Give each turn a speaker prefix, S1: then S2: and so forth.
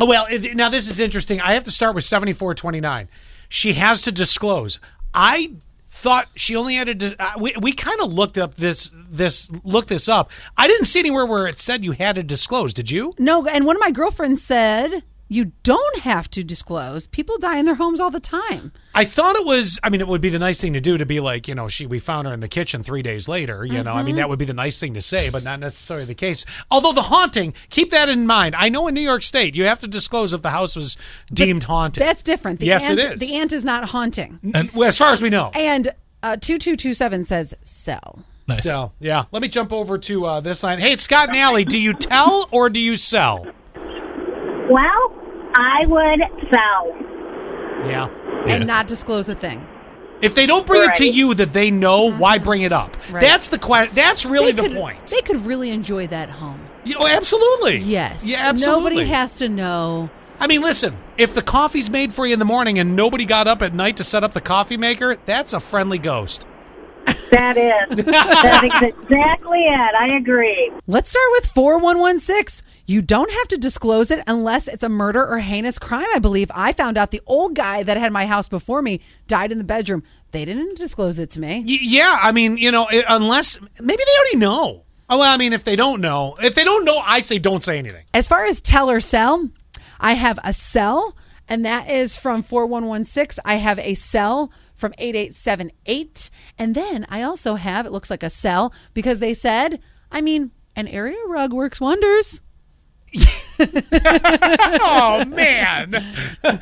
S1: Oh, well, it, now this is interesting. I have to start with 7429. She has to disclose. I thought she only had to dis- uh, we, we kind of looked up this this looked this up. I didn't see anywhere where it said you had to disclose, did you?
S2: No, and one of my girlfriends said you don't have to disclose. People die in their homes all the time.
S1: I thought it was. I mean, it would be the nice thing to do to be like, you know, she we found her in the kitchen three days later. You know, I mean, that would be the nice thing to say, but not necessarily the case. Although the haunting, keep that in mind. I know in New York State, you have to disclose if the house was deemed haunted.
S2: That's different. The
S1: Yes, it
S2: ant,
S1: is.
S2: The ant is not haunting.
S1: Well, as far as we know.
S2: And uh, two two two seven says sell.
S3: Nice.
S1: So yeah, let me jump over to uh, this line. Hey, it's Scott and Allie. Do you tell or do you sell?
S4: Well, I would sell.
S1: Yeah.
S2: and not disclose a thing.
S1: If they don't bring it to
S4: Right.
S1: you that they know, why bring it up?
S2: Right.
S1: That's the question. That's really
S2: they
S1: the
S2: could,
S1: point.
S2: They could really enjoy that home.
S1: Yeah, oh, absolutely.
S2: Yes.
S1: Yeah, absolutely.
S2: Nobody has to know.
S1: I mean, listen, if the coffee's made for you in the morning and nobody got up at night to set up the coffee maker, that's a friendly ghost.
S4: That is. that is exactly it. I agree.
S2: Let's start with 4116. You don't have to disclose it unless it's a murder or heinous crime, I believe. I found out the old guy that had my house before me died in the bedroom. They didn't disclose it to me.
S1: Y- yeah, I mean, you know, i unless maybe they already know. Oh, well, I mean, if they don't know, if they don't know, I say don't say anything.
S2: As far as tell or sell, I have a sell, and that is from 4116. I have a sell from 8878. And then I also have, it looks like a sell because they said, I mean, an area rug works wonders.
S1: Oh man.